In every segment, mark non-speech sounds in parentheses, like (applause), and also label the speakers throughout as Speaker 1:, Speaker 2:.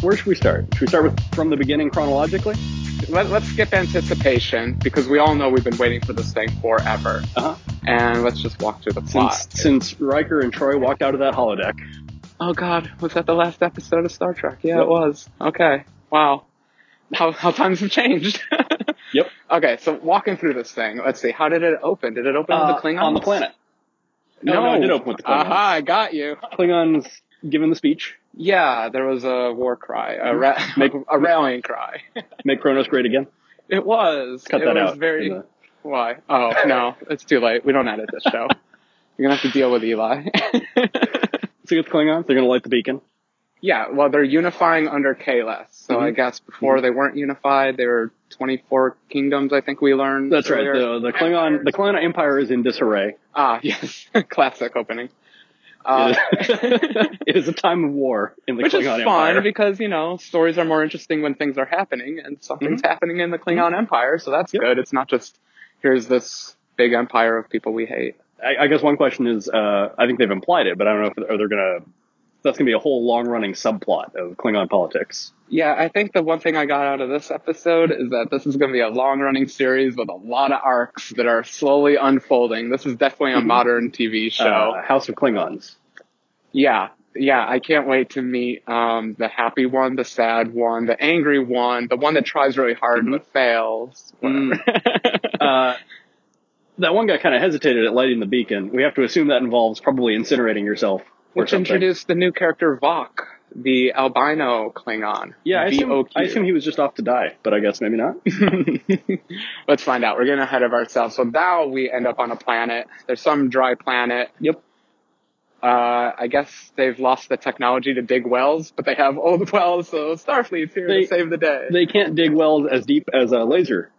Speaker 1: where should we start? Should we start with from the beginning chronologically?
Speaker 2: Let, let's skip anticipation because we all know we've been waiting for this thing forever.
Speaker 1: Uh-huh.
Speaker 2: And let's just walk through the plot.
Speaker 1: Since since Riker and Troy walked out of that holodeck,
Speaker 2: oh God, was that the last episode of Star Trek? Yeah, it was. Okay. Wow. How, how times have changed. (laughs)
Speaker 1: Yep.
Speaker 2: Okay, so walking through this thing, let's see. How did it open? Did it open
Speaker 1: uh,
Speaker 2: with the Klingons?
Speaker 1: on the planet,
Speaker 2: No,
Speaker 1: No, no, it did open with the Klingons.
Speaker 2: Aha, I got you.
Speaker 1: Klingons giving the speech,
Speaker 2: Yeah, there was a war cry, a, ra-
Speaker 1: Mm-hmm. Make-
Speaker 2: (laughs) a
Speaker 1: (laughs)
Speaker 2: rallying cry.
Speaker 1: make Kronos great again.
Speaker 2: It was.
Speaker 1: Cut
Speaker 2: it
Speaker 1: that
Speaker 2: was
Speaker 1: out.
Speaker 2: Very. Why? Oh no, it's too late. We don't edit
Speaker 1: (laughs)
Speaker 2: this show. You're gonna have to deal with Eli. (laughs)
Speaker 1: So it's Klingons. They're gonna light the beacon.
Speaker 2: yeah, well, they're unifying under Kalas. So I
Speaker 1: Mhm.
Speaker 2: guess before they weren't unified, they were 24 kingdoms. I think we learned.
Speaker 1: That's right.
Speaker 2: earlier.
Speaker 1: The, the Klingon the Klingon Empire is in disarray.
Speaker 2: ah, (laughs) yes, classic opening. Uh, (laughs)
Speaker 1: It is- it is a time of war in (laughs) the
Speaker 2: which is
Speaker 1: Klingon
Speaker 2: fun
Speaker 1: Empire.
Speaker 2: because you know stories are more interesting when things are happening and something's happening in the Klingon Empire. So that's
Speaker 1: Mm-hmm. Yep.
Speaker 2: good. It's not just here's this big empire of people we hate.
Speaker 1: I, I guess one question is, uh, I think they've implied it, but I don't know if are they gonna. That's gonna be a whole long-running subplot of Klingon politics.
Speaker 2: Yeah, I think the one thing I got out of this episode is that this is going to be a long running series with a lot of arcs that are slowly unfolding. This is definitely a modern TV show.
Speaker 1: Mm-hmm. Uh, House of Klingons.
Speaker 2: yeah, yeah, I can't wait to meet um, the happy one, the sad one, the angry one, the one that tries really hard
Speaker 1: Mm-hmm.
Speaker 2: but fails.
Speaker 1: Mm.
Speaker 2: whatever.
Speaker 1: Uh, that one guy kind of hesitated at lighting the beacon. We have to assume that involves probably incinerating yourself. Or
Speaker 2: Which
Speaker 1: something.
Speaker 2: introduced the new character Vok, the albino Klingon.
Speaker 1: Yeah, I assume,
Speaker 2: VOQ.
Speaker 1: I assume he was just off to die, but I guess maybe not.
Speaker 2: (laughs) Let's find out. We're getting ahead of ourselves. So now we end up on a planet. There's some dry planet.
Speaker 1: yep.
Speaker 2: Uh, I guess they've lost the technology to dig wells, but they have old (laughs) wells, so Starfleet's here
Speaker 1: They-
Speaker 2: to save the day.
Speaker 1: They can't dig wells as deep as a laser.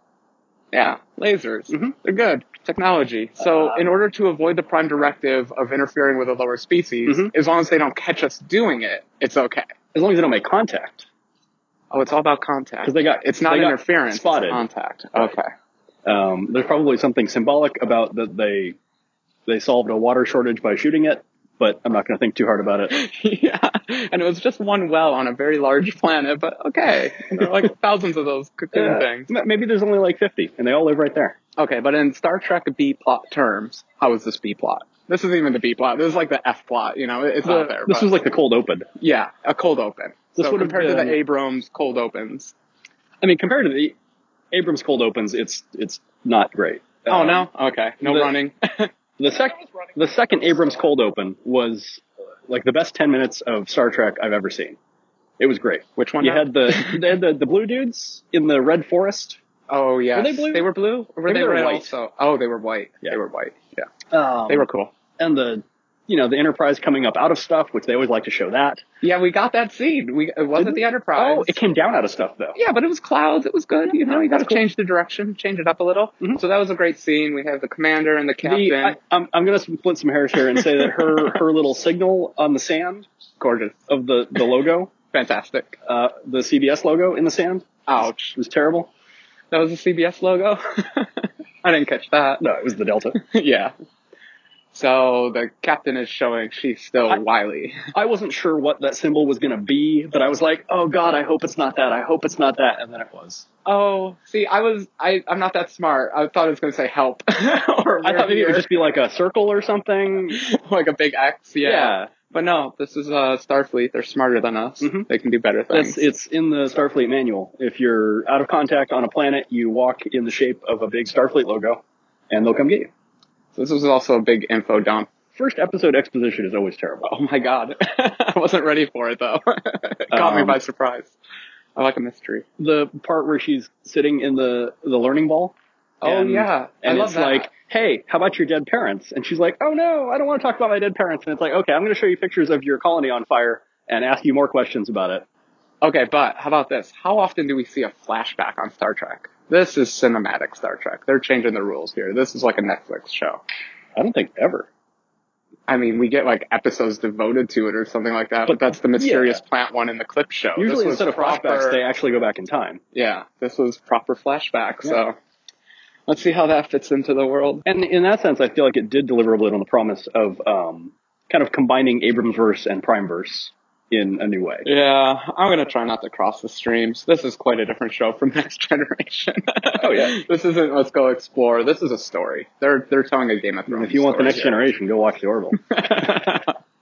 Speaker 2: yeah, lasers. They're good. Technology. So,
Speaker 1: Uh,
Speaker 2: in order to avoid the prime directive of interfering with a lower species,
Speaker 1: Mhm.
Speaker 2: as long as they don't catch us doing it, it's okay.
Speaker 1: As long as they don't make contact.
Speaker 2: Oh, it's all about contact.
Speaker 1: 'Cause they got-
Speaker 2: it's not
Speaker 1: they got
Speaker 2: interference. it's
Speaker 1: spotted.
Speaker 2: contact.
Speaker 1: Right.
Speaker 2: Okay.
Speaker 1: Um, there's probably something symbolic about that they they solved a water shortage by shooting it, but I'm not going to think too hard about it.
Speaker 2: (laughs) yeah, and it was just one well on a very large planet, but okay, there are (laughs) like thousands of those cocoon
Speaker 1: Yeah.
Speaker 2: things.
Speaker 1: Uh, M- Maybe there's only like 50, and they all live right there.
Speaker 2: Okay, but in Star Trek B plot terms, how is this B plot? This isn't even the B plot. This is like the F plot. You know, it- it's
Speaker 1: The-
Speaker 2: not there.
Speaker 1: Uh, this
Speaker 2: Ah, but-
Speaker 1: was like the cold open.
Speaker 2: yeah, a cold open.
Speaker 1: This
Speaker 2: so
Speaker 1: would've
Speaker 2: compared to
Speaker 1: been-
Speaker 2: the Abrams cold opens.
Speaker 1: I mean, compared to the Abrams cold opens, it's it's not great.
Speaker 2: Oh
Speaker 1: Um,
Speaker 2: no, okay, no
Speaker 1: the- (laughs)
Speaker 2: running.
Speaker 1: The second the second Abrams cold open was uh, like the best 10 minutes of Star Trek I've ever seen. It was great.
Speaker 2: Which one?
Speaker 1: You
Speaker 2: now?
Speaker 1: had
Speaker 2: (laughs)
Speaker 1: the they had the, the blue dudes in the red forest.
Speaker 2: oh yeah,
Speaker 1: Were they blue?
Speaker 2: They were blue. Or were
Speaker 1: Maybe
Speaker 2: they,
Speaker 1: they were
Speaker 2: red
Speaker 1: white.
Speaker 2: Also, oh, they were white.
Speaker 1: Yeah.
Speaker 2: They were white. Yeah,
Speaker 1: Um,
Speaker 2: they were cool.
Speaker 1: and the you know the Enterprise coming up out of stuff, which they always like to show that.
Speaker 2: Yeah, we got that scene. We it wasn't
Speaker 1: Didn't-
Speaker 2: the Enterprise.
Speaker 1: Oh, it came down out of stuff though.
Speaker 2: Yeah, but it was clouds. It was good. You know, you got to
Speaker 1: that's cool.
Speaker 2: change the direction, change it up a little.
Speaker 1: Mhm.
Speaker 2: So that was a great scene. We have the commander and the captain.
Speaker 1: The, I, I'm, I'm going to split some hairs here and say that
Speaker 2: (laughs)
Speaker 1: her her little signal on the sand
Speaker 2: Gorgeous,
Speaker 1: of the the logo,
Speaker 2: fantastic.
Speaker 1: uh, the CBS logo in the sand,
Speaker 2: Ouch,
Speaker 1: was terrible.
Speaker 2: that was a CBS logo. (laughs) I didn't catch that. (laughs)
Speaker 1: No, it was the Delta.
Speaker 2: yeah. So the captain is showing she's still
Speaker 1: I-
Speaker 2: wily.
Speaker 1: I wasn't sure what that symbol was going to be, but I was like, oh god, I hope it's not that. I hope it's not that. And then it was.
Speaker 2: Oh, see, I was I I'm not that smart. I thought it was going to say help (laughs) or
Speaker 1: I
Speaker 2: "We're
Speaker 1: thought maybe it
Speaker 2: here,"
Speaker 1: would just be like a circle or something.
Speaker 2: like a big X. Yeah. But no, this is uh Starfleet. They're smarter than us.
Speaker 1: Mhm.
Speaker 2: They can do better things.
Speaker 1: That's, it's in the Starfleet manual. If you're out of contact on a planet, you walk in the shape of a big Starfleet logo, and they'll come get you.
Speaker 2: This was also a big info dump. (laughs)
Speaker 1: First episode exposition is always terrible.
Speaker 2: Oh my god. (laughs) I wasn't ready for it though. (laughs) it caught me
Speaker 1: Um,
Speaker 2: by surprise. I like a mystery.
Speaker 1: The part where she's sitting in the the learning ball. and-
Speaker 2: oh yeah.
Speaker 1: and
Speaker 2: I love
Speaker 1: it's
Speaker 2: that.
Speaker 1: like, hey, how about your dead parents? And she's like, oh no, I don't want to talk about my dead parents. And it's like, okay, I'm going to show you pictures of your colony on fire and ask you more questions about it.
Speaker 2: Okay, but how about this? How often do we see a flashback on Star Trek? This is cinematic Star Trek. They're changing the rules here. This is like a Netflix show.
Speaker 1: I don't think ever.
Speaker 2: I mean, we get like episodes devoted to it or something like that, but,
Speaker 1: But-
Speaker 2: that's the mysterious
Speaker 1: yeah.
Speaker 2: plant one in the clip show. This
Speaker 1: Usually
Speaker 2: was
Speaker 1: instead of
Speaker 2: proper-
Speaker 1: flashbacks, they actually go back in time.
Speaker 2: Yeah, this was proper flashback,
Speaker 1: Yeah.
Speaker 2: so let's see how that fits into the world.
Speaker 1: And in that sense, I feel like it did deliver a bit on the promise of um, kind of combining Abrams verse and Prime verse. in a new way.
Speaker 2: Yeah, I'm gonna try not to cross the streams. This is quite a different show from (laughs) Next Generation.
Speaker 1: Oh, yeah.
Speaker 2: (laughs) this isn't Let's Go Explore. This is a story. They're they're telling a Game of Thrones.
Speaker 1: If you want the next
Speaker 2: story
Speaker 1: generation, go watch The
Speaker 2: (laughs)
Speaker 1: Orville.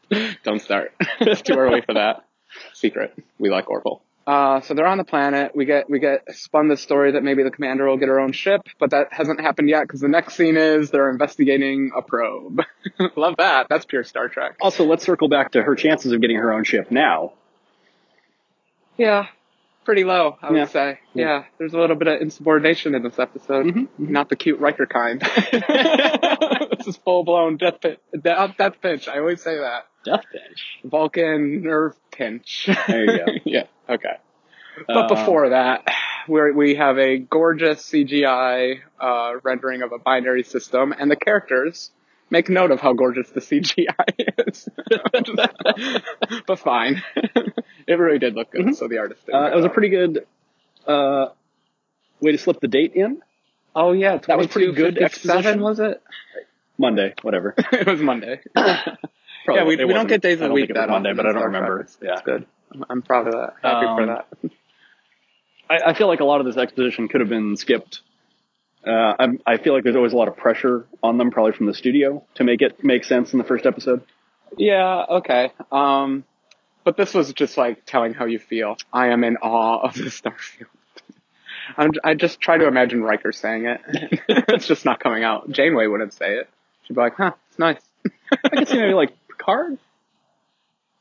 Speaker 2: here. (laughs) don't start. it's too early for that. Secret. We like Orville. Uh, so they're on the planet. We get we get spun the story that maybe the commander will get her own ship, but that hasn't happened yet because the next scene is they're investigating a probe. (laughs) Love that. That's pure Star Trek.
Speaker 1: also, let's circle back to her chances of getting her own ship now.
Speaker 2: Yeah, pretty low, I would
Speaker 1: Yeah.
Speaker 2: say. Yeah. Mm-hmm, there's a little bit of insubordination in this episode. Not the cute Riker (laughs) kind. this is full blown death pit, death, death pinch. I always say that
Speaker 1: Death Bench.
Speaker 2: Vulcan nerve pinch.
Speaker 1: There you go.
Speaker 2: (laughs) yeah. Okay. But
Speaker 1: Uh,
Speaker 2: before that, we we have a gorgeous CGI uh, rendering of a binary system, and the characters make note of how gorgeous the CGI is. (laughs) but fine, it really did look good. So the artist. Did
Speaker 1: Uh, it was a
Speaker 2: well.
Speaker 1: pretty good uh, way to slip the date in.
Speaker 2: Oh yeah,
Speaker 1: That was pretty good
Speaker 2: 2257,
Speaker 1: exposition.
Speaker 2: was it? (laughs)
Speaker 1: Monday, whatever.
Speaker 2: it was Monday.
Speaker 1: Probably
Speaker 2: (laughs) yeah, we,
Speaker 1: it
Speaker 2: we don't
Speaker 1: wasn't.
Speaker 2: get days
Speaker 1: I
Speaker 2: of the
Speaker 1: don't
Speaker 2: week
Speaker 1: think it was
Speaker 2: that
Speaker 1: Monday,
Speaker 2: often
Speaker 1: but
Speaker 2: in
Speaker 1: I don't
Speaker 2: Star Trek.
Speaker 1: remember.
Speaker 2: It's,
Speaker 1: Yeah.
Speaker 2: it's good. I'm, I'm proud of that. Happy for
Speaker 1: Um,
Speaker 2: that.
Speaker 1: I, I feel like a lot of this exposition could have been skipped. Uh, I, I feel like there's always a lot of pressure on them, probably from the studio, to make it make sense in the first episode.
Speaker 2: Yeah, okay. Um, but this was just like telling how you feel. I am in awe of the Starfield. (laughs) I'm, I just try to imagine Riker saying it. (laughs) it's just not coming out. Janeway wouldn't say it. She'd be like, huh, it's nice.
Speaker 1: I could see maybe like Picard.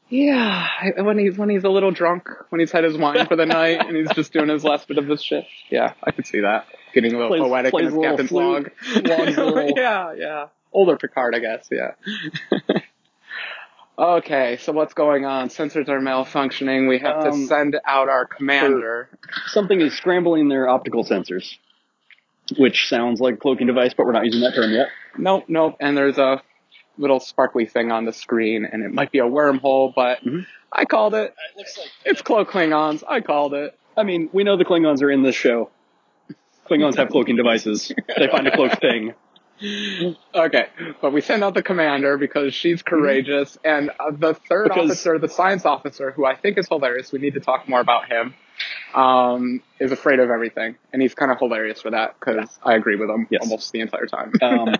Speaker 2: Yeah, I- when he's when he's a little drunk, when he's had his wine
Speaker 1: (laughs)
Speaker 2: for the night, and he's just doing his last bit of this shit. Yeah, I could see that getting a little
Speaker 1: Plays-
Speaker 2: poetic
Speaker 1: plays
Speaker 2: in his
Speaker 1: a little
Speaker 2: captain's log.
Speaker 1: flute, logs a little-
Speaker 2: (laughs) yeah, yeah, older Picard, I guess. Yeah. (laughs) okay, so what's going on? Sensors are malfunctioning. We have to
Speaker 1: Um,
Speaker 2: send out our commander.
Speaker 1: Something is scrambling their optical sensors, which sounds like cloaking device, but we're not using that term yet.
Speaker 2: Nope, nope. And there's a little sparkly thing on the screen, and it might be a wormhole, but
Speaker 1: Mhm.
Speaker 2: I called it.
Speaker 1: It looks like.
Speaker 2: It's Clo Klingons. I called it.
Speaker 1: I mean, we know the Klingons are in this show. Klingons have cloaking devices. They find a cloaked thing.
Speaker 2: Okay, but we send out the commander because she's courageous, and uh, the third
Speaker 1: Because-
Speaker 2: officer, the science officer, who I think is hilarious. We need to talk more about him. Um, is afraid of everything, and he's kind of hilarious for that because I agree with him
Speaker 1: Yes.
Speaker 2: almost the entire time. (laughs) Uh,
Speaker 1: Um,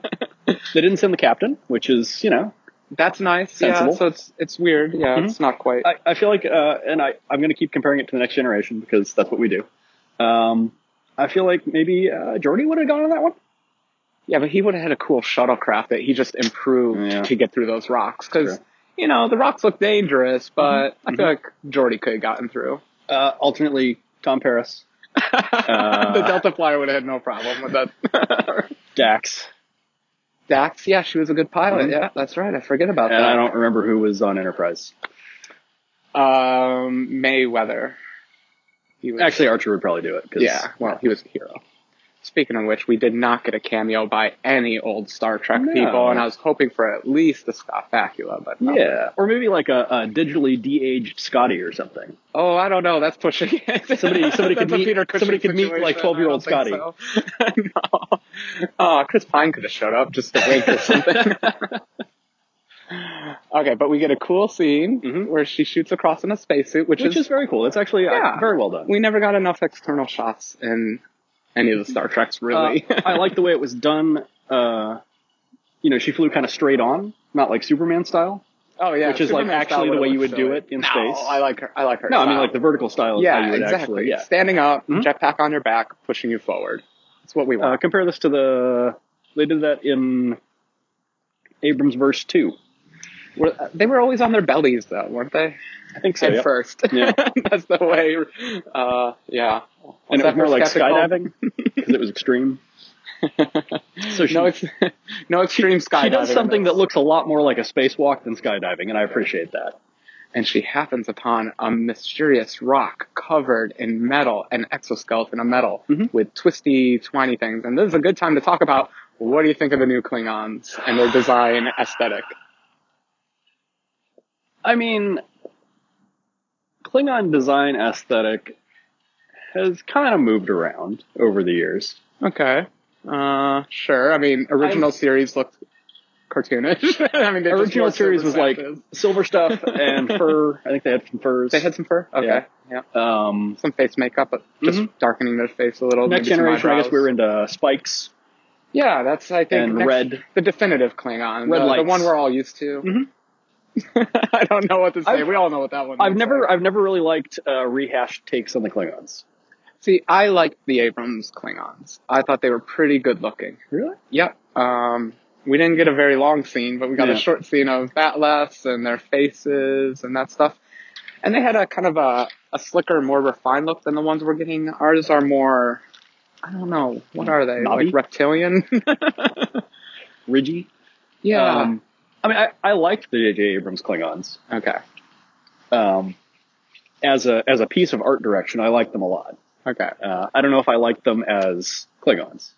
Speaker 1: they didn't send the captain, which is you know.
Speaker 2: That's nice.
Speaker 1: sensible.
Speaker 2: Yeah, so it's it's weird. Yeah, it's not quite.
Speaker 1: I, I feel like, uh, and I I'm going to keep comparing it to the next generation because that's what we do. Um, I feel like maybe uh, Jordy would have gone on that one.
Speaker 2: yeah, but he would have had a cool shuttlecraft that he just improved
Speaker 1: Yeah.
Speaker 2: to get through those rocks because
Speaker 1: True.
Speaker 2: you know the rocks look dangerous, but I feel like Jordy could have gotten (laughs) through.
Speaker 1: Uh, alternately, Tom
Speaker 2: (laughs)
Speaker 1: Paris,
Speaker 2: the Delta Flyer would have had no problem with that.
Speaker 1: Dax,
Speaker 2: Dax, yeah, she was a good pilot.
Speaker 1: Mhm.
Speaker 2: Yeah, that's right. I forget about
Speaker 1: and
Speaker 2: that.
Speaker 1: I don't remember who was on Enterprise.
Speaker 2: Um, Mayweather. He was,
Speaker 1: Actually, Archer would probably do it. 'cause-
Speaker 2: yeah. Well, he was a hero. Speaking of which, we did not get a cameo by any old Star Trek
Speaker 1: No.
Speaker 2: people, and I was hoping for at least a Scott Bakula, but no.
Speaker 1: Yeah, or maybe like a, a digitally de-aged Scotty or something.
Speaker 2: Oh, I don't know. That's pushing it.
Speaker 1: Somebody-
Speaker 2: (laughs)
Speaker 1: somebody could
Speaker 2: That's a
Speaker 1: meet-
Speaker 2: Peter Cushing
Speaker 1: somebody could meet, like,
Speaker 2: situation.
Speaker 1: 12-year-old
Speaker 2: I don't think so. (laughs) no. Oh, Chris Pine could have showed up just to wink or something. (laughs) okay, but we get a cool scene
Speaker 1: Mhm.
Speaker 2: where she shoots across in a spacesuit, which,
Speaker 1: Which
Speaker 2: is,
Speaker 1: is very cool. It's actually uh,
Speaker 2: Yeah.
Speaker 1: very well done.
Speaker 2: we never got enough external shots in any of the Star Treks, really.
Speaker 1: Uh, (laughs) I like the way it was done. Uh, you know, she flew kind of straight on, not like Superman style.
Speaker 2: (laughs) oh yeah,
Speaker 1: which is, like,
Speaker 2: Superman
Speaker 1: actually
Speaker 2: style
Speaker 1: the way
Speaker 2: would've
Speaker 1: you would
Speaker 2: looked
Speaker 1: do
Speaker 2: silly.
Speaker 1: it in
Speaker 2: No,
Speaker 1: space.
Speaker 2: I like her. I like her.
Speaker 1: No, I mean
Speaker 2: style.
Speaker 1: like the vertical style is how you
Speaker 2: yeah,
Speaker 1: would
Speaker 2: exactly.
Speaker 1: actually. Yeah.
Speaker 2: Standing up,
Speaker 1: Mhm.
Speaker 2: jetpack on your back, pushing you forward. That's what we want.
Speaker 1: Uh, compare this to the they did that in Abrams verse two.
Speaker 2: Were, uh, they were always on their bellies though, weren't they?
Speaker 1: I think so.
Speaker 2: Head
Speaker 1: yeah.
Speaker 2: first.
Speaker 1: Yeah.
Speaker 2: (laughs) That's the way. Uh, yeah.
Speaker 1: And it was
Speaker 2: What's that
Speaker 1: more
Speaker 2: first
Speaker 1: like
Speaker 2: captain called?
Speaker 1: skydiving (laughs) because it was extreme. So she,
Speaker 2: (laughs) no, ex- no extreme skydiving.
Speaker 1: she does
Speaker 2: in
Speaker 1: something
Speaker 2: this.
Speaker 1: that looks a lot more like a spacewalk than skydiving, and I appreciate that.
Speaker 2: And she happens upon a mysterious rock covered in metal, an exoskeleton of metal
Speaker 1: Mhm.
Speaker 2: with twisty, twiny things. And this is a good time to talk about what do you think of the new Klingons and their design aesthetic.
Speaker 1: I mean, Klingon design aesthetic has kind of moved around over the years.
Speaker 2: Okay. Uh, sure. I mean, original series looked
Speaker 1: (laughs)
Speaker 2: cartoonish. I mean, they just wore
Speaker 1: Original series
Speaker 2: silver
Speaker 1: was like
Speaker 2: sashes.
Speaker 1: silver stuff (laughs) and fur. I think they had some furs.
Speaker 2: they had some fur. Okay, yeah, Mm-hmm.
Speaker 1: Yeah. um,
Speaker 2: some face makeup, but just
Speaker 1: Mhm.
Speaker 2: darkening their face a little.
Speaker 1: next
Speaker 2: maybe some
Speaker 1: generation. I guess
Speaker 2: eyebrows.
Speaker 1: we were into spikes.
Speaker 2: Yeah, that's I think
Speaker 1: And
Speaker 2: next-
Speaker 1: red.
Speaker 2: the definitive Klingon,
Speaker 1: Red
Speaker 2: the, the
Speaker 1: lights.
Speaker 2: one we're all used to.
Speaker 1: Mhm.
Speaker 2: (laughs) I don't know what to say.
Speaker 1: I've-
Speaker 2: we all know what that one.
Speaker 1: I've
Speaker 2: looks
Speaker 1: never
Speaker 2: like.
Speaker 1: I've never really liked uh, rehashed takes on the Klingons.
Speaker 2: see. I liked the Abrams Klingons. I thought they were pretty good looking.
Speaker 1: Really?
Speaker 2: Yep. Um, we didn't get a very long scene, but we got
Speaker 1: Yeah.
Speaker 2: a short scene of Batless and their faces and that stuff. And they had a kind of a, a slicker, more refined look than the ones we're getting. Ours are more, I don't know, what are they?
Speaker 1: Knobby?
Speaker 2: Like reptilian? (laughs)
Speaker 1: Ridgy.
Speaker 2: yeah.
Speaker 1: Um, I mean, I, I liked the J.J. Abrams Klingons.
Speaker 2: okay.
Speaker 1: Um, as a as a piece of art direction, I liked them a lot.
Speaker 2: Okay.
Speaker 1: Uh, I don't know if I liked them as Klingons.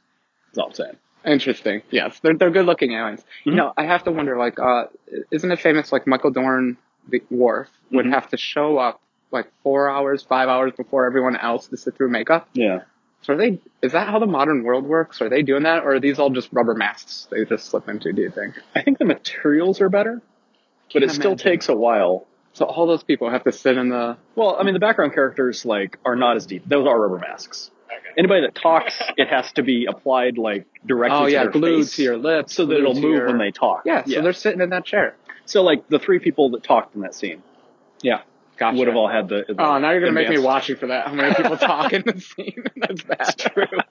Speaker 1: Is all I'm saying.
Speaker 2: Interesting. Yes, they're they're good looking aliens.
Speaker 1: Mhm.
Speaker 2: You know, I have to wonder. Like, uh, isn't it famous? Like Michael Dorn, the Worf would
Speaker 1: Mhm.
Speaker 2: have to show up like four hours, five hours before everyone else to sit through makeup.
Speaker 1: Yeah.
Speaker 2: So are they? Is that how the modern world works? Are they doing that, or are these all just rubber masks they just slip into? Do you think?
Speaker 1: I think the materials are better, but it
Speaker 2: Can't
Speaker 1: still
Speaker 2: imagine.
Speaker 1: takes a while.
Speaker 2: So all those people have to sit in the.
Speaker 1: Well, I mean, the background characters like are not as deep. Those are rubber masks. Anybody that talks, it has to be applied like directly
Speaker 2: Oh
Speaker 1: to
Speaker 2: yeah,
Speaker 1: their
Speaker 2: glued
Speaker 1: face
Speaker 2: to your lips,
Speaker 1: so that
Speaker 2: glued
Speaker 1: it'll
Speaker 2: to
Speaker 1: move
Speaker 2: your-
Speaker 1: when they talk.
Speaker 2: Yeah, so they're sitting in that chair.
Speaker 1: So, like the three people that talked in that scene
Speaker 2: Yeah, gotcha.
Speaker 1: would have all had the. the
Speaker 2: Oh, now you're gonna make me
Speaker 1: advanced-
Speaker 2: watch it for that. How
Speaker 1: (laughs)
Speaker 2: many people talk in the scene? (laughs) That's bad.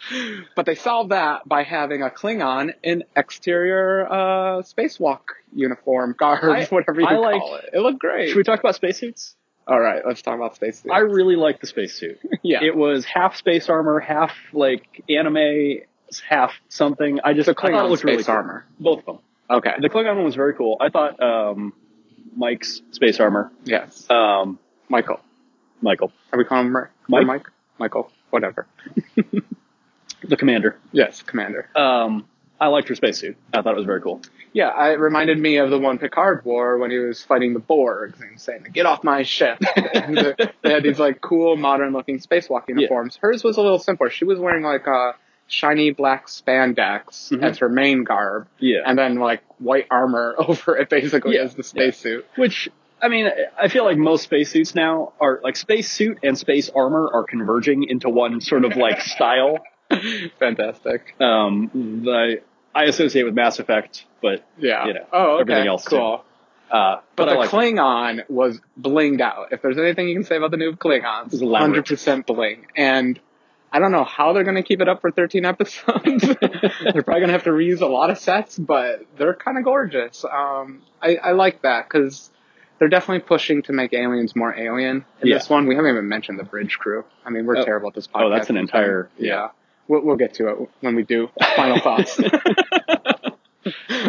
Speaker 2: true. but they solved that by having a Klingon in exterior uh, spacewalk uniform, guard,
Speaker 1: I-
Speaker 2: whatever you
Speaker 1: I
Speaker 2: call it. It looked great.
Speaker 1: Should we talk about spacesuits?
Speaker 2: all right, let's talk about space.
Speaker 1: I really liked the spacesuit.
Speaker 2: yeah,
Speaker 1: It was half space armor, half like anime, half something. I just
Speaker 2: the
Speaker 1: I thought it
Speaker 2: Klingon
Speaker 1: looked
Speaker 2: space
Speaker 1: really cool.
Speaker 2: armor.
Speaker 1: Both of them.
Speaker 2: Okay.
Speaker 1: The Klingon one was very cool. I thought um, Mike's space armor,
Speaker 2: yes,
Speaker 1: um,
Speaker 2: Michael.
Speaker 1: Michael,
Speaker 2: Are we calling him Mike?
Speaker 1: Mike?
Speaker 2: Mike? Michael? Whatever.
Speaker 1: the commander.
Speaker 2: Yes, Commander.
Speaker 1: Um, I liked her spacesuit. I thought it was very cool.
Speaker 2: Yeah, I- it reminded me of the one Picard wore when he was fighting the Borgs and saying, "Get off my ship." (laughs) And the- they had these like cool, modern-looking spacewalk uniforms. Hers was a little simpler. She was wearing like a shiny black spandex
Speaker 1: Mhm.
Speaker 2: as her main garb,
Speaker 1: Yeah,
Speaker 2: and then like white armor (laughs) over it, basically
Speaker 1: Yeah,
Speaker 2: as the spacesuit. (laughs)
Speaker 1: which I mean, I feel like most spacesuits now are like spacesuit and space armor are converging into one sort of (laughs) like style.
Speaker 2: Fantastic.
Speaker 1: Um, the I associate with Mass Effect, but
Speaker 2: Yeah.
Speaker 1: You know,
Speaker 2: oh, okay.
Speaker 1: everything else, too.
Speaker 2: cool.
Speaker 1: uh,
Speaker 2: But,
Speaker 1: I
Speaker 2: the
Speaker 1: liked it.
Speaker 2: Klingon was blinged out. If there's anything you can say about the new Klingons,
Speaker 1: It's elaborate.
Speaker 2: 100% bling. And I don't know how they're going to keep it up for 13
Speaker 1: (laughs)
Speaker 2: episodes. they're probably going to have to reuse a lot of sets, but they're kind of gorgeous. Um, I, I like that because they're definitely pushing to make aliens more alien. In
Speaker 1: Yeah.
Speaker 2: this one, we haven't even mentioned the bridge crew. I mean, we're
Speaker 1: Oh.
Speaker 2: terrible at this podcast.
Speaker 1: Oh, that's an entire-
Speaker 2: Yeah.
Speaker 1: yeah.
Speaker 2: We'll, we'll get to it when we do
Speaker 1: (laughs)
Speaker 2: final thoughts.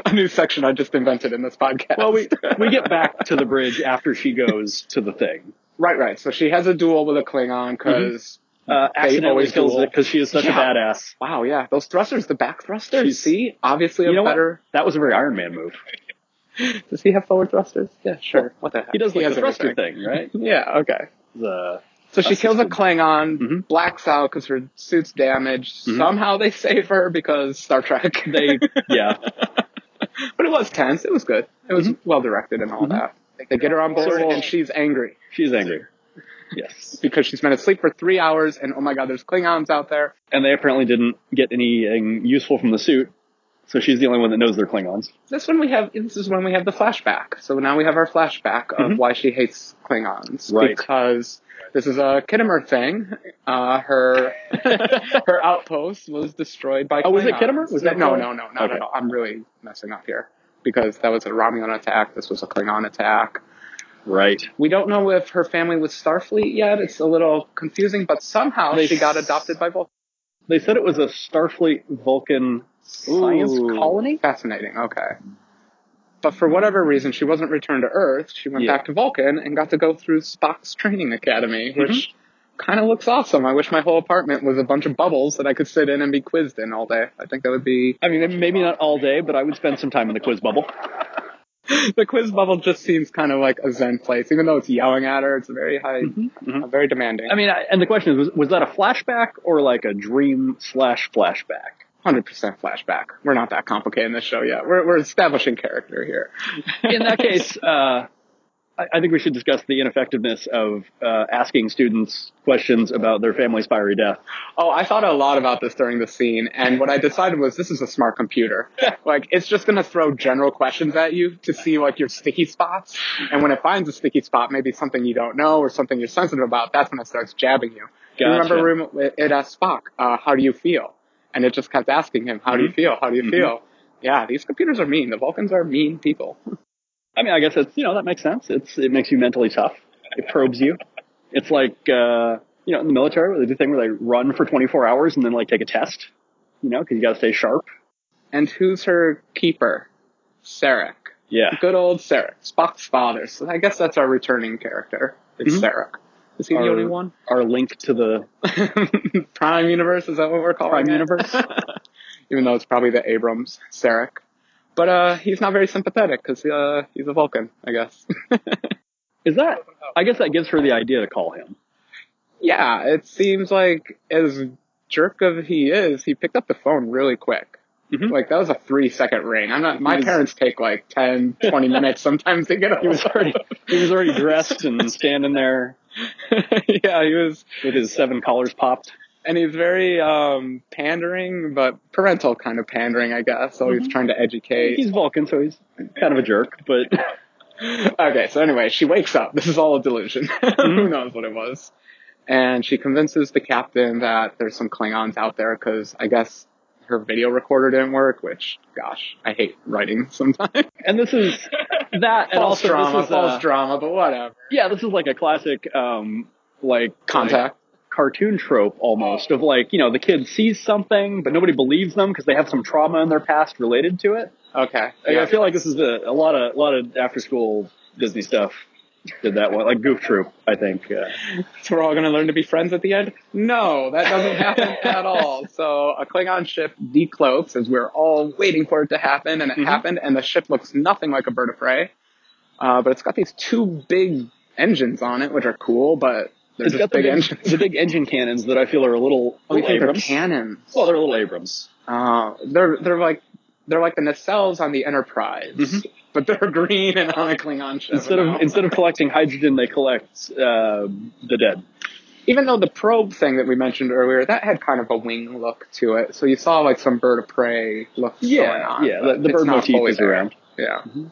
Speaker 2: a new section I just invented in this podcast.
Speaker 1: Well, (laughs) we we get back to the bridge after she goes to the thing.
Speaker 2: Right, right. So she has a duel with a Klingon
Speaker 1: Mm-hmm.
Speaker 2: because,
Speaker 1: Uh, accidentally
Speaker 2: always
Speaker 1: kills
Speaker 2: duel.
Speaker 1: it because she is such
Speaker 2: Yeah.
Speaker 1: a badass.
Speaker 2: wow, yeah, those thrusters, the back thrusters.
Speaker 1: She's-
Speaker 2: see, obviously a
Speaker 1: You know what? (laughs)
Speaker 2: better.
Speaker 1: That was a very Iron Man move.
Speaker 2: Does he have forward thrusters? Yeah, sure. what the heck?
Speaker 1: He does like
Speaker 2: has
Speaker 1: the thruster
Speaker 2: everything.
Speaker 1: thing, right?
Speaker 2: Yeah, okay.
Speaker 1: The
Speaker 2: So she kills a Klingon,
Speaker 1: Mhm.
Speaker 2: blacks out because her suit's damaged.
Speaker 1: Mhm.
Speaker 2: Somehow they save her because Star Trek.
Speaker 1: (laughs) they yeah.
Speaker 2: (laughs) but it was tense. It was good. It was well directed and all that. They get her on board
Speaker 1: Mm-hmm. So-
Speaker 2: and she's angry.
Speaker 1: She's angry. Yes.
Speaker 2: Because she's been asleep for three hours, and oh my god, there's Klingons out there.
Speaker 1: And they apparently didn't get anything useful from the suit, so she's the only one that knows they're Klingons.
Speaker 2: This one we have. This is when we have the flashback. So now we have our flashback of why she hates Klingons
Speaker 1: Mm-hmm. Right.
Speaker 2: because this is a Kittimer thing. Uh, her (laughs) her outpost was destroyed by.
Speaker 1: Oh, was it
Speaker 2: Klingons.
Speaker 1: Kittimer? Was that
Speaker 2: no,
Speaker 1: Kittimer?
Speaker 2: no, no, not
Speaker 1: Okay.
Speaker 2: at all. I'm really messing up here because that was a Romulan attack. This was a Klingon attack.
Speaker 1: Right.
Speaker 2: We don't know if her family was Starfleet yet. It's a little confusing, but somehow
Speaker 1: They
Speaker 2: she got
Speaker 1: s-
Speaker 2: adopted by Vulcan.
Speaker 1: They said it was a Starfleet Vulcan science
Speaker 2: Ooh.
Speaker 1: colony.
Speaker 2: Fascinating. Okay. But for whatever reason, she wasn't returned to Earth. She went
Speaker 1: Yeah.
Speaker 2: back to Vulcan and got to go through Spock's training
Speaker 1: Mm-hmm.
Speaker 2: academy, which kind of looks awesome. I wish my whole apartment was a bunch of bubbles that I could sit in and be quizzed in all day. I think that would be. (laughs)
Speaker 1: I mean, maybe not all day, but I would spend some time in the quiz bubble.
Speaker 2: the quiz bubble just seems kind of like a zen place, even though it's yelling at her. It's very high,
Speaker 1: mhm.
Speaker 2: uh, very demanding.
Speaker 1: I mean, I, and the question is, was, was that a flashback or like a dream slash flashback?
Speaker 2: 100% flashback. We're not that complicated in this show yet. We're, we're establishing character here.
Speaker 1: In that case, uh, I, I think we should discuss the ineffectiveness of uh, asking students questions about their family's fiery death.
Speaker 2: Oh, I thought a lot about this during the scene, and what I decided was this is a smart computer. like, it's just going to throw general questions at you to see, like, your sticky spots. And when it finds a sticky spot, maybe something you don't know or something you're sensitive about, that's when it starts jabbing you. You
Speaker 1: Gotcha.
Speaker 2: Remember, room- it- it asked Spock, uh, how do you feel? And it just kept asking him, how do you feel? How do you feel? Yeah, these computers are mean. The Vulcans are mean people.
Speaker 1: I mean, I guess it's you know that makes sense. It's it makes you mentally tough. It probes you. It's like uh, you know in the military where they do the thing where they run for 24 hours and then like take a test. You know, because you got to stay sharp.
Speaker 2: And who's her keeper? Sarek.
Speaker 1: Yeah.
Speaker 2: Good old Sarek. Spock's father. So I guess that's our returning character. It's Sarek. Is he
Speaker 1: Our-
Speaker 2: the only one?
Speaker 1: Our link to the
Speaker 2: (laughs) Prime Universe, is that what we're calling
Speaker 1: prime (laughs)
Speaker 2: it?
Speaker 1: universe.
Speaker 2: (laughs) Even though it's probably the Abrams, Sarek. But uh, he's not very sympathetic because uh, he's a Vulcan, I guess. (laughs)
Speaker 1: Is that? I guess that gives her the idea to call him.
Speaker 2: yeah, it seems like as jerk of he is, he picked up the phone really quick.
Speaker 1: Mhm.
Speaker 2: Like that was a three second ring. I'm not. My
Speaker 1: was-
Speaker 2: parents take like 10, 20 minutes sometimes to get.
Speaker 1: He was already he was already dressed and standing there
Speaker 2: (laughs) yeah, he was
Speaker 1: with his seven collars popped.
Speaker 2: and he's very um, pandering, but parental kind of pandering, I guess. Always trying to educate.
Speaker 1: Mm-hmm. He's Vulcan, so he's kind of a jerk, but
Speaker 2: okay, so anyway, she wakes up. This is all a delusion. (laughs) Who
Speaker 1: Mm-hmm.
Speaker 2: knows what it was? And she convinces the captain that there's some Klingons out there because I guess her video recorder didn't work. Which, gosh, I hate writing sometimes.
Speaker 1: and this is that and
Speaker 2: false
Speaker 1: also
Speaker 2: drama,
Speaker 1: this is, uh,
Speaker 2: false drama, but whatever.
Speaker 1: yeah, this is like a classic um like like,
Speaker 2: Contact.
Speaker 1: cartoon trope almost of like you know the kid sees something but nobody believes them because they have some trauma in their past related to it.
Speaker 2: Okay.
Speaker 1: I- I feel like this is a, a lot of a lot of after school Disney stuff did that one like Goof Troop I think. Uh,
Speaker 2: So we're all going to learn to be friends at the end? No, that
Speaker 1: (laughs)
Speaker 2: doesn't happen at all. So a Klingon ship decloaks as we're all waiting for it to happen,
Speaker 1: Mm-hmm.
Speaker 2: and it happened, and the ship looks nothing like a bird of prey. Uh, but it's got these two big engines on it, which are cool, but they're
Speaker 1: it's
Speaker 2: just
Speaker 1: got the
Speaker 2: big
Speaker 1: big,
Speaker 2: engines.
Speaker 1: (laughs) the big engine cannons that I feel are a little,
Speaker 2: Oh, you
Speaker 1: little
Speaker 2: think they're
Speaker 1: Abrams.
Speaker 2: cannons?
Speaker 1: well, they're little Abrams.
Speaker 2: Uh, they're they're like they're like the nacelles on the Enterprise, but they're (laughs) green and on a Klingon ship.
Speaker 1: Mm-hmm. Instead of
Speaker 2: No.
Speaker 1: instead of collecting hydrogen, they collect uh, the dead.
Speaker 2: even though the probe thing that we mentioned earlier, that had kind of a wing look to it. So you saw like some bird of prey look going on.
Speaker 1: yeah.
Speaker 2: but
Speaker 1: The, the
Speaker 2: it's
Speaker 1: bird
Speaker 2: not
Speaker 1: motif
Speaker 2: fully
Speaker 1: is
Speaker 2: there.
Speaker 1: around. Mm-hmm.
Speaker 2: Yeah.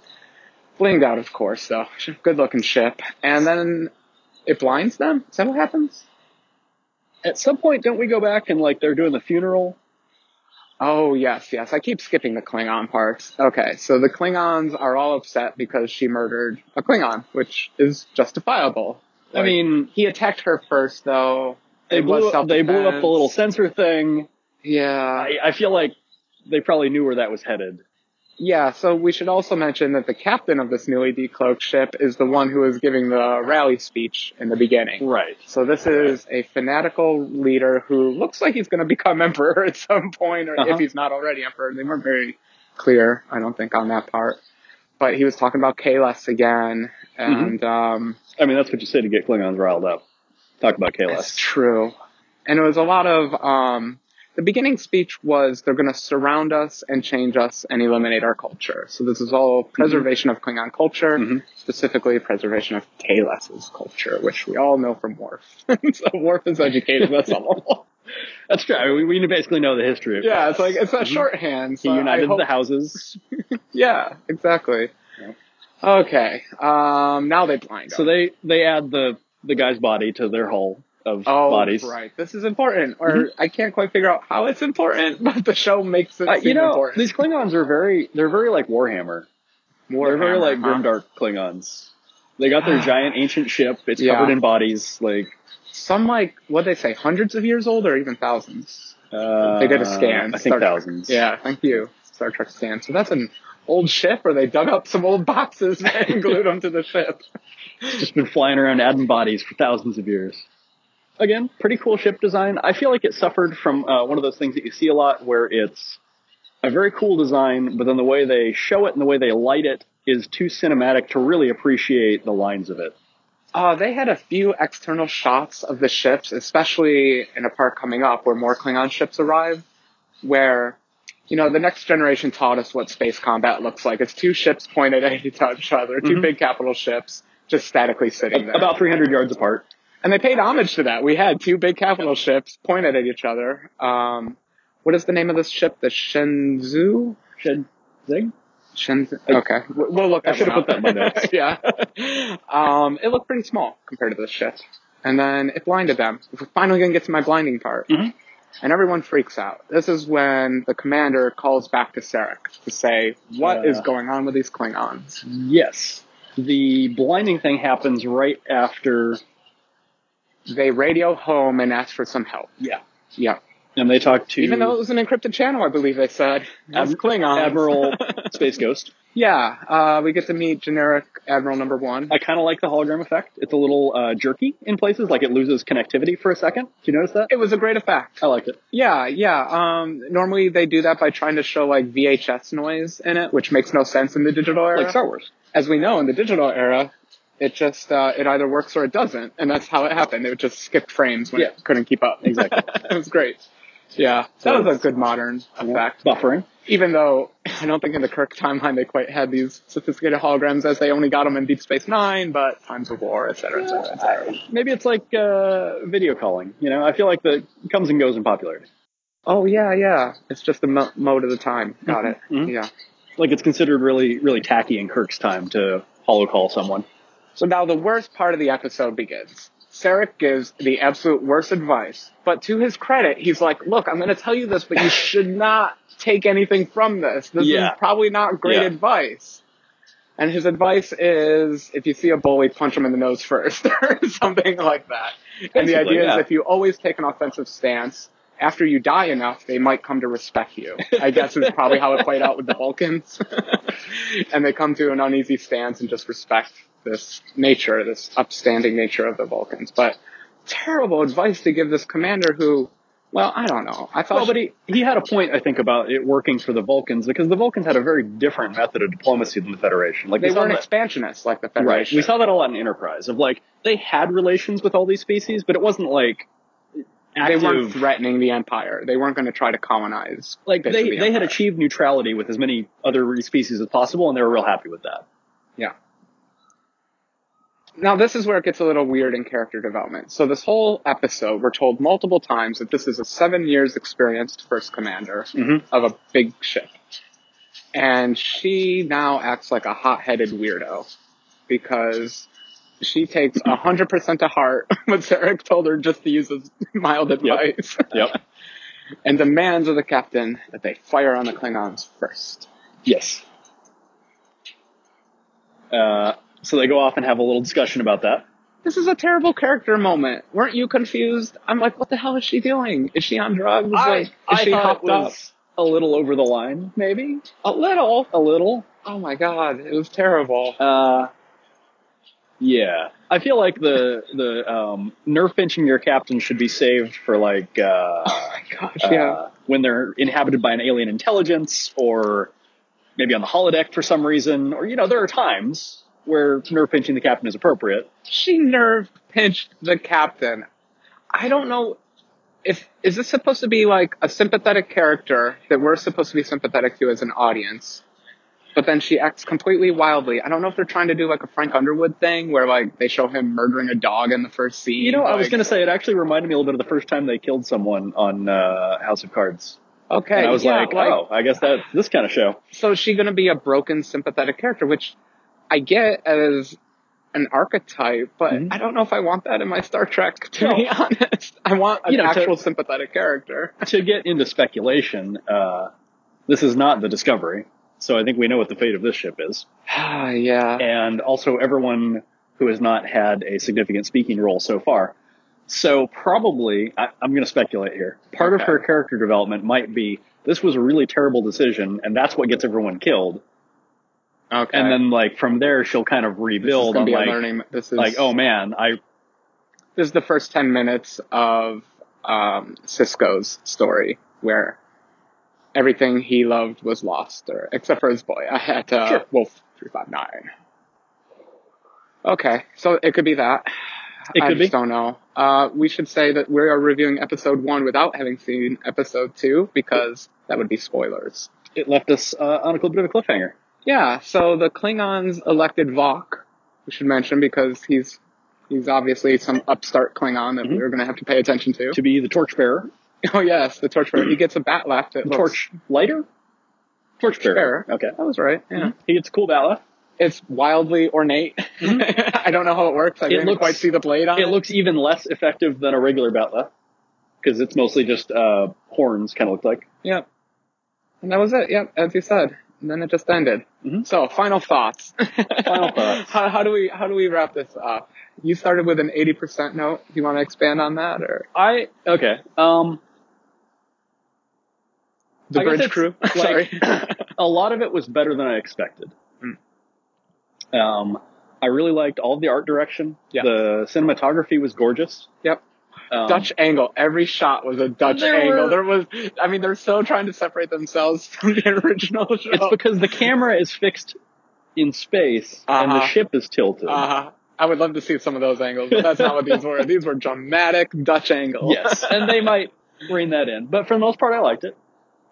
Speaker 2: Blinged out, of course, though. Good looking ship. And then it blinds them? Is that what happens?
Speaker 1: At some point, don't we go back and like they're doing the funeral?
Speaker 2: Oh, yes, yes. I keep skipping the Klingon parts. Okay, so the Klingons are all upset because she murdered a Klingon, which is justifiable.
Speaker 1: I
Speaker 2: Like,
Speaker 1: mean,
Speaker 2: he attacked her first, though.
Speaker 1: they
Speaker 2: It was
Speaker 1: blew up, they blew up the
Speaker 2: self-defense.
Speaker 1: little sensor thing.
Speaker 2: Yeah.
Speaker 1: I, I feel like they probably knew where that was headed.
Speaker 2: Yeah, so we should also mention that the captain of this newly decloaked ship is the one who is giving the rally speech in the beginning.
Speaker 1: Right.
Speaker 2: So this is a fanatical leader who looks like he's going to become (laughs) emperor at some point, or
Speaker 1: Uh-huh.
Speaker 2: if he's not already emperor. They weren't very clear, I don't think, on that part. But he was talking about Kalas again, and um,
Speaker 1: I mean, that's what you say to get Klingons riled up. Talk about
Speaker 2: That's
Speaker 1: Kalas.
Speaker 2: true. And it was a lot of um, the beginning speech was they're going to surround us and change us and eliminate our culture. So this is all
Speaker 1: Mm-hmm.
Speaker 2: preservation of Klingon culture, specifically preservation of Kales's culture, which we all know from Worf. (laughs) so Worf has (laughs)
Speaker 1: (laughs)
Speaker 2: educated us all.
Speaker 1: That's true. I mean, we, we basically know the history. Of
Speaker 2: yeah,
Speaker 1: Kalas.
Speaker 2: it's like it's a shorthand.
Speaker 1: Mm-hmm. he
Speaker 2: so I
Speaker 1: united
Speaker 2: hope-
Speaker 1: the houses.
Speaker 2: Yeah, exactly.
Speaker 1: Yeah.
Speaker 2: Okay. Um, now they blind.
Speaker 1: So
Speaker 2: us.
Speaker 1: they they add the the guy's body to their hull of
Speaker 2: Oh,
Speaker 1: bodies. Mm-hmm.
Speaker 2: right. This is important, or I can't quite figure out how it's important, (laughs) but the show makes it
Speaker 1: Uh,
Speaker 2: seem
Speaker 1: you know,
Speaker 2: important.
Speaker 1: these Klingons are very they're very like Warhammer. they're very
Speaker 2: Warhammer,
Speaker 1: like
Speaker 2: huh?
Speaker 1: Grimdark Klingons. They got
Speaker 2: (sighs)
Speaker 1: their giant ancient ship. It's
Speaker 2: Yeah.
Speaker 1: covered in bodies. Like
Speaker 2: Some like what they say, hundreds of years old, or even thousands.
Speaker 1: uh,
Speaker 2: They did a scan.
Speaker 1: I think
Speaker 2: Star Trek.
Speaker 1: thousands.
Speaker 2: Yeah, thank you, Star Trek scan. So that's an old ship, or they dug up some old boxes (laughs) and glued them to the ship.
Speaker 1: just been flying around adding bodies for thousands of years. Again, pretty cool ship design. I feel like it suffered from uh, one of those things that you see a lot where it's a very cool design, but then the way they show it and the way they light it is too cinematic to really appreciate the lines of it.
Speaker 2: Uh, they had a few external shots of the ships, especially in a part coming up where more Klingon ships arrive, where you know, the next generation taught us what space combat looks like. It's two ships pointed at each other, 2
Speaker 1: Mhm.
Speaker 2: big capital ships just statically sitting there.
Speaker 1: About 300 yards apart.
Speaker 2: and they paid homage to that. We had two big capital ships pointed at each other. Um, what is the name of this ship? The Shenzhou?
Speaker 1: Shed Zig?
Speaker 2: Shenzhou.
Speaker 1: I-
Speaker 2: Okay, We- we'll look.
Speaker 1: I
Speaker 2: That
Speaker 1: should've
Speaker 2: one
Speaker 1: put that in my
Speaker 2: up.
Speaker 1: notes.
Speaker 2: (laughs) yeah, um, it looked pretty small compared to this ship. And then it blinded them. We're finally gonna get to my blinding part,
Speaker 1: Mhm.
Speaker 2: and everyone freaks out. This is when the commander calls back to Sarek to say, "What is
Speaker 1: Yeah.
Speaker 2: going on with these Klingons?"
Speaker 1: Yes. The blinding thing happens right after.
Speaker 2: They radio home and ask for some help.
Speaker 1: Yeah.
Speaker 2: Yeah,
Speaker 1: And they talk to
Speaker 2: even though it was an encrypted channel, I believe they said. As
Speaker 1: Ad-
Speaker 2: Klingons,
Speaker 1: Admiral Space Ghost.
Speaker 2: yeah, uh, we get to meet generic Admiral Number One.
Speaker 1: I kind of like the hologram effect. It's a little uh, jerky in places, like it loses connectivity for a second. Do you notice that?
Speaker 2: It was a great effect.
Speaker 1: I liked it.
Speaker 2: Yeah, yeah. Um, normally they do that by trying to show like VHS noise in it, which makes no sense in the digital era.
Speaker 1: Like Star Wars.
Speaker 2: As we know, in the digital era, it just uh, it either works or it doesn't, and that's how it happened. It just skipped frames when
Speaker 1: Yeah.
Speaker 2: it couldn't keep up.
Speaker 1: Exactly.
Speaker 2: (laughs) it was great. Yeah,
Speaker 1: So
Speaker 2: that was a
Speaker 1: it's-
Speaker 2: good modern effect.
Speaker 1: Buffering.
Speaker 2: Even though (laughs) I don't think in the Kirk timeline they quite had these sophisticated holograms, as they only got them in Deep Space Nine, but Times of War, et cetera, et cetera, et cetera.
Speaker 1: Maybe it's like uh, video calling. You know, I feel like that comes and goes in popularity.
Speaker 2: Oh yeah, yeah. It's just the mo- mode of the time. Got it.
Speaker 1: mhm.
Speaker 2: Yeah.
Speaker 1: Like it's considered really, really tacky in Kirk's time to hollow call someone.
Speaker 2: So now the worst part of the episode begins. Sarek gives the absolute worst advice, but to his credit, he's like, look, I'm going to tell you this, but (laughs) you should not take anything from this. This
Speaker 1: Yeah.
Speaker 2: is probably not great
Speaker 1: Yeah.
Speaker 2: advice. And his advice is if you see a bully, punch him in the nose first, (laughs) or something like that. and
Speaker 1: Basically,
Speaker 2: the idea
Speaker 1: yeah.
Speaker 2: is if you always take an offensive stance, after you die enough, they might come to respect you. I guess is probably how it played out with the Vulcans. (laughs) and they come to an uneasy stance and just respect this nature, this upstanding nature of the Vulcans. But terrible advice to give this commander who, well, I don't know. I thought
Speaker 1: Well, but he, he had a point, I think, about it working for the Vulcans because the Vulcans had a very different method of diplomacy than the Federation. Like
Speaker 2: they
Speaker 1: we saw
Speaker 2: weren't
Speaker 1: that-
Speaker 2: expansionists like the
Speaker 1: right.
Speaker 2: Federation.
Speaker 1: We saw that a lot in Enterprise of like they had relations with all these species, but it wasn't like
Speaker 2: they
Speaker 1: active.
Speaker 2: weren't threatening the empire. They weren't going to try to colonize.
Speaker 1: like
Speaker 2: bits of
Speaker 1: they,
Speaker 2: the
Speaker 1: they had
Speaker 2: empire.
Speaker 1: achieved neutrality with as many other species as possible, and they were real happy with that.
Speaker 2: Now, this is where it gets a little weird in character development. So, this whole episode, we're told multiple times that this is a seven years experienced first commander
Speaker 1: Mhm.
Speaker 2: of a big ship. And she now acts like a hot headed weirdo because she takes 100% to heart (laughs) what Sarek told her just to use his mild advice (laughs)
Speaker 1: Yep.
Speaker 2: and demands of the captain that they fire on the Klingons first.
Speaker 1: (laughs) yes. Uh, so they go off and have a little discussion about that.
Speaker 2: This is a terrible character moment. Weren't you confused? I'm like, what the hell is she doing? Is she on drugs? like, is she hopped up?
Speaker 1: a little over the line, maybe
Speaker 2: A little.
Speaker 1: a little.
Speaker 2: Oh my god, it was terrible. Oh
Speaker 1: Uh, yeah, I feel like the the um, nerve pinching your captain should be saved for like uh,
Speaker 2: Oh my gosh, yeah.
Speaker 1: uh, when they're inhabited by an alien intelligence, or maybe on the holodeck for some reason, or you know, there are times where nerve pinching the captain is appropriate.
Speaker 2: She nerve pinched the captain. I don't know if is this supposed to be like a sympathetic character that we're supposed to be sympathetic to as an audience. But then she acts completely wildly. I don't know if they're trying to do like a Frank Underwood thing where like they show him murdering a dog in the first scene.
Speaker 1: You know, I was
Speaker 2: like-
Speaker 1: gonna say it actually reminded me a little bit of the first time they killed someone on uh, House of Cards,
Speaker 2: Okay.
Speaker 1: and I was
Speaker 2: yeah,
Speaker 1: like, oh, I guess that's this kind of show.
Speaker 2: so is she going to be a broken sympathetic character which i get as an archetype but
Speaker 1: Mhm.
Speaker 2: i don't know if i want that in my star trek
Speaker 1: (laughs)
Speaker 2: to
Speaker 1: No.
Speaker 2: be honest i want an
Speaker 1: You know, to-
Speaker 2: actual sympathetic character
Speaker 1: to get into speculation, uh, this is not the Discovery, so I think we know what the fate of this ship is.
Speaker 2: ah yeah
Speaker 1: And also, everyone who has not had a significant speaking role so far. So, probably, I, I'm going to speculate here. Part of
Speaker 2: Okay.
Speaker 1: her character development might be this was a really terrible decision, and that's what gets everyone killed.
Speaker 2: okay
Speaker 1: And then, like, from there, she'll kind of
Speaker 2: this is
Speaker 1: rebuild
Speaker 2: gonna
Speaker 1: on,
Speaker 2: be a
Speaker 1: like,
Speaker 2: learning this is
Speaker 1: like, oh man, I,
Speaker 2: this is the first 10 minutes of um, cisco's story where everything he loved was lost or except for his boy i had uh,
Speaker 1: Sure.
Speaker 2: wolf 359 okay so it could be that
Speaker 1: It
Speaker 2: I
Speaker 1: could
Speaker 2: just
Speaker 1: be.
Speaker 2: don't know. Uh, we should say that we are reviewing episode one without having seen episode two because that would be spoilers.
Speaker 1: It left us uh, on a little bit of a cliffhanger.
Speaker 2: Yeah, so the Klingons elected Vok, we should mention because he's he's obviously some upstart Klingon that we're going to have to pay attention to. (laughs)
Speaker 1: To be the torchbearer,
Speaker 2: Oh yes, the torchbearer. he gets a bat left at
Speaker 1: torch lighter, torchbearer.
Speaker 2: Torchbearer.
Speaker 1: Okay,
Speaker 2: That was right. Yeah.
Speaker 1: he gets a cool ballot.
Speaker 2: It's wildly ornate. (laughs) I don't know how it works. I didn't
Speaker 1: looks-
Speaker 2: quite see the blade on it.
Speaker 1: It looks even less effective than a regular ballot because it's mostly just uh, horns, kind of look like.
Speaker 2: Yep. And that was it. Yep, as you said. And then it just ended.
Speaker 1: Mhm.
Speaker 2: So, final thoughts. (laughs)
Speaker 1: Final thoughts.
Speaker 2: How, how do we how do we wrap this up? You started with an eighty percent note. Do you want to expand on that, or
Speaker 1: I okay. Um,
Speaker 2: the
Speaker 1: I guess
Speaker 2: bridge
Speaker 1: it's,
Speaker 2: (laughs) crew?
Speaker 1: (laughs) like-
Speaker 2: Sorry.
Speaker 1: a lot of it was better than I expected. Um, I really liked all the art direction.
Speaker 2: Yeah.
Speaker 1: The cinematography was gorgeous.
Speaker 2: yep.
Speaker 1: Um,
Speaker 2: Dutch angle. Every shot was a Dutch
Speaker 1: There
Speaker 2: angle.
Speaker 1: were-
Speaker 2: There was. I mean, they're so trying to separate themselves (laughs) from the original show.
Speaker 1: It's because the camera is fixed in space and the
Speaker 2: Uh-huh.
Speaker 1: ship is tilted.
Speaker 2: uh, I would love to see some of those angles, but that's not what
Speaker 1: (laughs)
Speaker 2: these were. These were dramatic Dutch angles.
Speaker 1: Yes, (laughs) and they might rein that in, but for the most part, I liked it.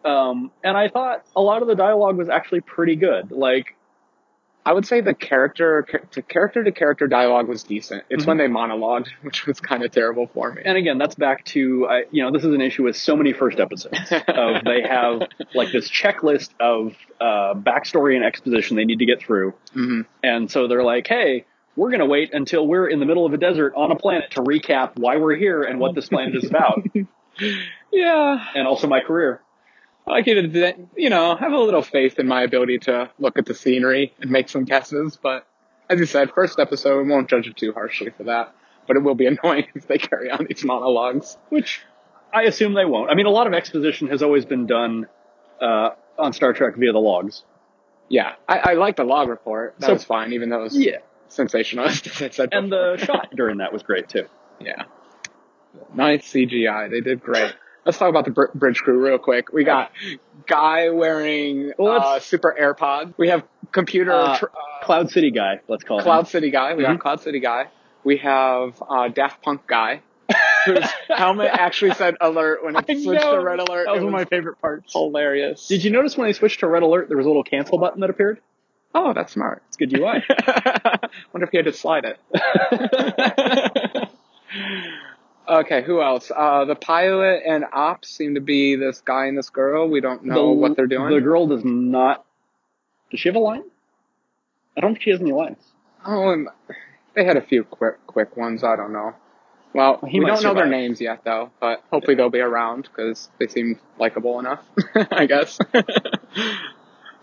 Speaker 1: Um, and I thought a lot of the dialogue was actually pretty good. Like,
Speaker 2: I would say the character to character to character dialogue was decent. It's
Speaker 1: Mm-hmm.
Speaker 2: when they monologued, (laughs) which was kind of terrible for me.
Speaker 1: and again, that's back to I, you know this is an issue with so many first episodes of they have like this checklist of uh, backstory and exposition they need to get through,
Speaker 2: Mhm.
Speaker 1: and so they're like, hey. We're gonna wait until we're in the middle of a desert on a planet to recap why we're here and what this planet is about,
Speaker 2: Yeah,
Speaker 1: and also my career.
Speaker 2: I like you to you know have a little faith in my ability to look at the scenery and make some guesses. But as you said, first episode, we won't judge it too harshly for that. But it will be (laughs) annoying if they carry on these monologues.
Speaker 1: which I assume they won't. I mean, a lot of exposition has always been done uh, on Star Trek via the logs.
Speaker 2: Yeah, I, I liked the log report. That
Speaker 1: So-
Speaker 2: was fine, even though it was sensationalist. (laughs) As I said
Speaker 1: and
Speaker 2: before.
Speaker 1: the shot during that was great too.
Speaker 2: Yeah. Nice CGI. They did great. Let's talk about the br- bridge crew real quick. We got guy wearing
Speaker 1: Well, let's-
Speaker 2: uh, super AirPods. We have computer
Speaker 1: Uh,
Speaker 2: tr- uh,
Speaker 1: Cloud City guy, let's call
Speaker 2: (laughs) Cloud
Speaker 1: him.
Speaker 2: City guy. We
Speaker 1: Mhm.
Speaker 2: got Cloud City guy. We have uh, Daft
Speaker 1: (laughs)
Speaker 2: Punk guy, whose helmet actually said alert when it
Speaker 1: I
Speaker 2: switched
Speaker 1: know.
Speaker 2: to red alert.
Speaker 1: That was
Speaker 2: It
Speaker 1: one of my favorite parts.
Speaker 2: hilarious.
Speaker 1: Did you notice when they switched to red alert, there was a little cancel button that appeared?
Speaker 2: Oh,
Speaker 1: (laughs)
Speaker 2: that's smart.
Speaker 1: It's good
Speaker 2: (laughs)
Speaker 1: UI.
Speaker 2: Wonder if he had to slide it. okay, who else? Uh, the pilot and ops seem to be this guy and this girl. We don't know
Speaker 1: The-
Speaker 2: what they're
Speaker 1: The
Speaker 2: doing.
Speaker 1: girl does not. Does she have a line? I don't think she has any lines.
Speaker 2: oh, and they had a few quick quick ones. I don't know. Well,
Speaker 1: He
Speaker 2: we
Speaker 1: might
Speaker 2: don't know their
Speaker 1: survive.
Speaker 2: names yet, though. But hopefully they'll be around because they seem likable enough. (laughs)
Speaker 1: (laughs)
Speaker 2: I guess.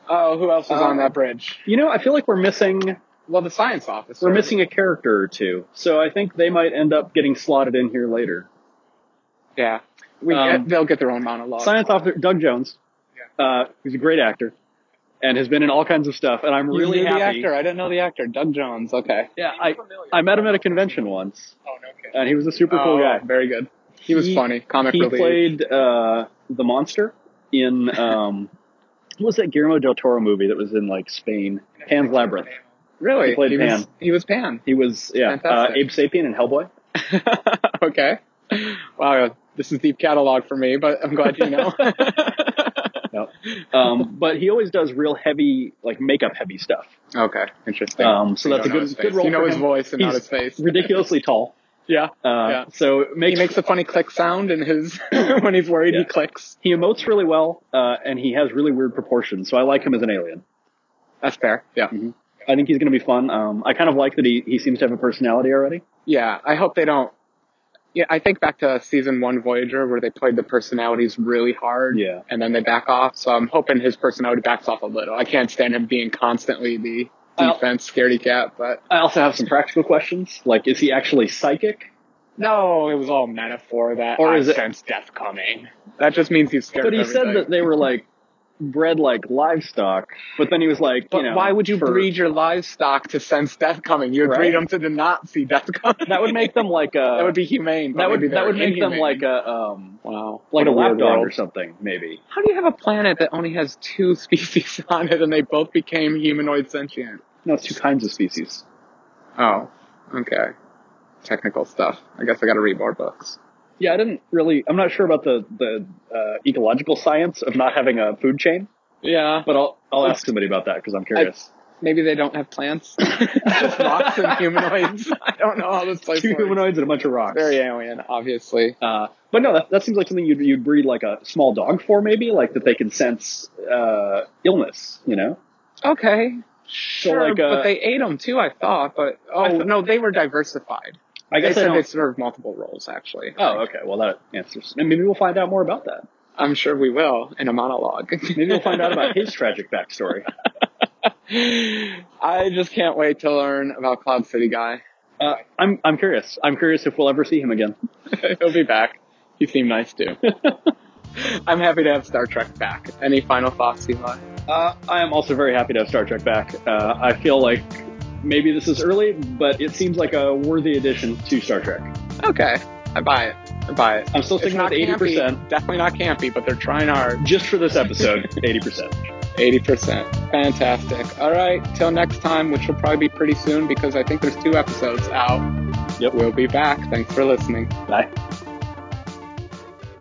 Speaker 2: Oh, who else is
Speaker 1: Um,
Speaker 2: on that bridge?
Speaker 1: You know, I feel like we're missing
Speaker 2: Well, the science officer.
Speaker 1: we're missing a character or two, so I think they might end up getting slotted in here later.
Speaker 2: Yeah, we
Speaker 1: Um,
Speaker 2: get, they'll get their own monologue.
Speaker 1: science officer Doug Jones. Uh, he's a great actor and has been in all kinds of stuff. And I'm
Speaker 2: You
Speaker 1: really
Speaker 2: knew
Speaker 1: happy.
Speaker 2: the actor. I didn't know the actor. Doug Jones. Okay.
Speaker 1: Yeah, I I met him at a convention once,
Speaker 2: Oh no kidding.
Speaker 1: and he was a super cool guy.
Speaker 2: Oh, Very good. He was funny. Comic
Speaker 1: He
Speaker 2: relief.
Speaker 1: played uh, the monster in um, what was that Guillermo del Toro movie that was in like Spain? Pan's Labyrinth.
Speaker 2: really.
Speaker 1: he played
Speaker 2: Was,
Speaker 1: Pan.
Speaker 2: he
Speaker 1: (laughs)
Speaker 2: was Pan.
Speaker 1: He was yeah uh,
Speaker 2: Fantastic.
Speaker 1: Abe Sapien and Hellboy.
Speaker 2: okay. Wow, this is deep catalog for me, but I'm glad you know.
Speaker 1: (laughs) No. Um, but he always does real heavy like makeup heavy stuff.
Speaker 2: okay, interesting.
Speaker 1: Um, so
Speaker 2: You
Speaker 1: that's a
Speaker 2: don't know
Speaker 1: good
Speaker 2: his
Speaker 1: good
Speaker 2: face.
Speaker 1: role.
Speaker 2: You know
Speaker 1: for
Speaker 2: his
Speaker 1: him.
Speaker 2: voice and not
Speaker 1: He's
Speaker 2: his
Speaker 1: (laughs)
Speaker 2: face.
Speaker 1: Ridiculously tall.
Speaker 2: (laughs) Yeah.
Speaker 1: Uh,
Speaker 2: Yeah.
Speaker 1: So it
Speaker 2: He
Speaker 1: makes
Speaker 2: makes a funny click sound in his (laughs) when he's worried.
Speaker 1: Yeah.
Speaker 2: He clicks.
Speaker 1: He emotes really well, uh, and he has really weird proportions, so I like him as an alien.
Speaker 2: That's fair. Yeah.
Speaker 1: I think he's going to be fun. Um, I kind of like that he, he seems to have a personality already.
Speaker 2: Yeah, I hope they don't. Yeah, I think back to season one Voyager where they played the personalities really hard.
Speaker 1: Yeah.
Speaker 2: And then they back off. So I'm hoping his personality backs off a little. I can't stand him being constantly the
Speaker 1: Well-
Speaker 2: defense scaredy cat, but.
Speaker 1: I also have some practical questions, like is he actually psychic?
Speaker 2: No, it was all metaphor that
Speaker 1: Or
Speaker 2: or
Speaker 1: is
Speaker 2: is I
Speaker 1: it-
Speaker 2: sense death coming. That just means he's scared
Speaker 1: But he
Speaker 2: of everything.
Speaker 1: said that they were like bred like livestock, but then he was like,
Speaker 2: But
Speaker 1: you know,
Speaker 2: why would you
Speaker 1: for-
Speaker 2: breed your livestock to sense death coming? You would
Speaker 1: Right.
Speaker 2: breed them to not see death coming.
Speaker 1: (laughs) That would make them like a
Speaker 2: (laughs) that would be humane. but
Speaker 1: that would
Speaker 2: maybe
Speaker 1: that
Speaker 2: they're
Speaker 1: would make them
Speaker 2: inhumane.
Speaker 1: like a um
Speaker 2: wow,
Speaker 1: like
Speaker 2: What
Speaker 1: a
Speaker 2: weird
Speaker 1: lapdog
Speaker 2: world.
Speaker 1: or something maybe.
Speaker 2: How do you have a planet that only has two (laughs) species on it and they both became humanoid sentient?
Speaker 1: No, it's two kinds of species.
Speaker 2: Oh, okay. technical stuff. I guess I got to read more books.
Speaker 1: Yeah, I didn't really. I'm not sure about the the uh, ecological science of not having a food chain,
Speaker 2: Yeah,
Speaker 1: but I'll I'll
Speaker 2: That's-
Speaker 1: ask somebody about that because I'm curious.
Speaker 2: maybe they don't have (laughs) plants. Just rocks and humanoids. (laughs) I don't know how this place
Speaker 1: Two
Speaker 2: works.
Speaker 1: humanoids and a bunch of rocks.
Speaker 2: Very alien, obviously.
Speaker 1: Uh, but no, that, that seems like something you'd you'd breed like a small dog for, maybe like that they can sense uh, illness. You know,
Speaker 2: Okay. Sure,
Speaker 1: like, uh,
Speaker 2: but they ate them too. I thought, but oh
Speaker 1: I thought-
Speaker 2: no, they were diversified.
Speaker 1: I
Speaker 2: They
Speaker 1: guess I
Speaker 2: said
Speaker 1: don't-
Speaker 2: they served multiple roles. Actually,
Speaker 1: Oh, okay. Well, that answers. And maybe we'll find out more about that.
Speaker 2: I'm sure we will in a monologue.
Speaker 1: Maybe we'll find out
Speaker 2: (laughs)
Speaker 1: about his tragic backstory.
Speaker 2: I just can't wait to learn about Cloud City Guy. (laughs)
Speaker 1: Uh, I'm I'm curious. I'm curious if we'll ever see him again.
Speaker 2: He'll be back. He seemed nice too. (laughs) I'm happy to have Star Trek back. Any final thoughts, Eli?
Speaker 1: Uh, I am also very happy to have Star Trek back. Uh, I feel like maybe this is early, but it seems like a worthy addition to Star Trek.
Speaker 2: Okay, I buy it. I buy it.
Speaker 1: I'm still sticking with eighty percent
Speaker 2: campy. Definitely not campy, but they're trying hard.
Speaker 1: just for this episode. Eighty percent.
Speaker 2: 80%. Fantastic. All right, till next time, which will probably be pretty soon because I think there's two episodes out.
Speaker 1: Yep.
Speaker 2: We'll be back. Thanks for listening.
Speaker 1: Bye.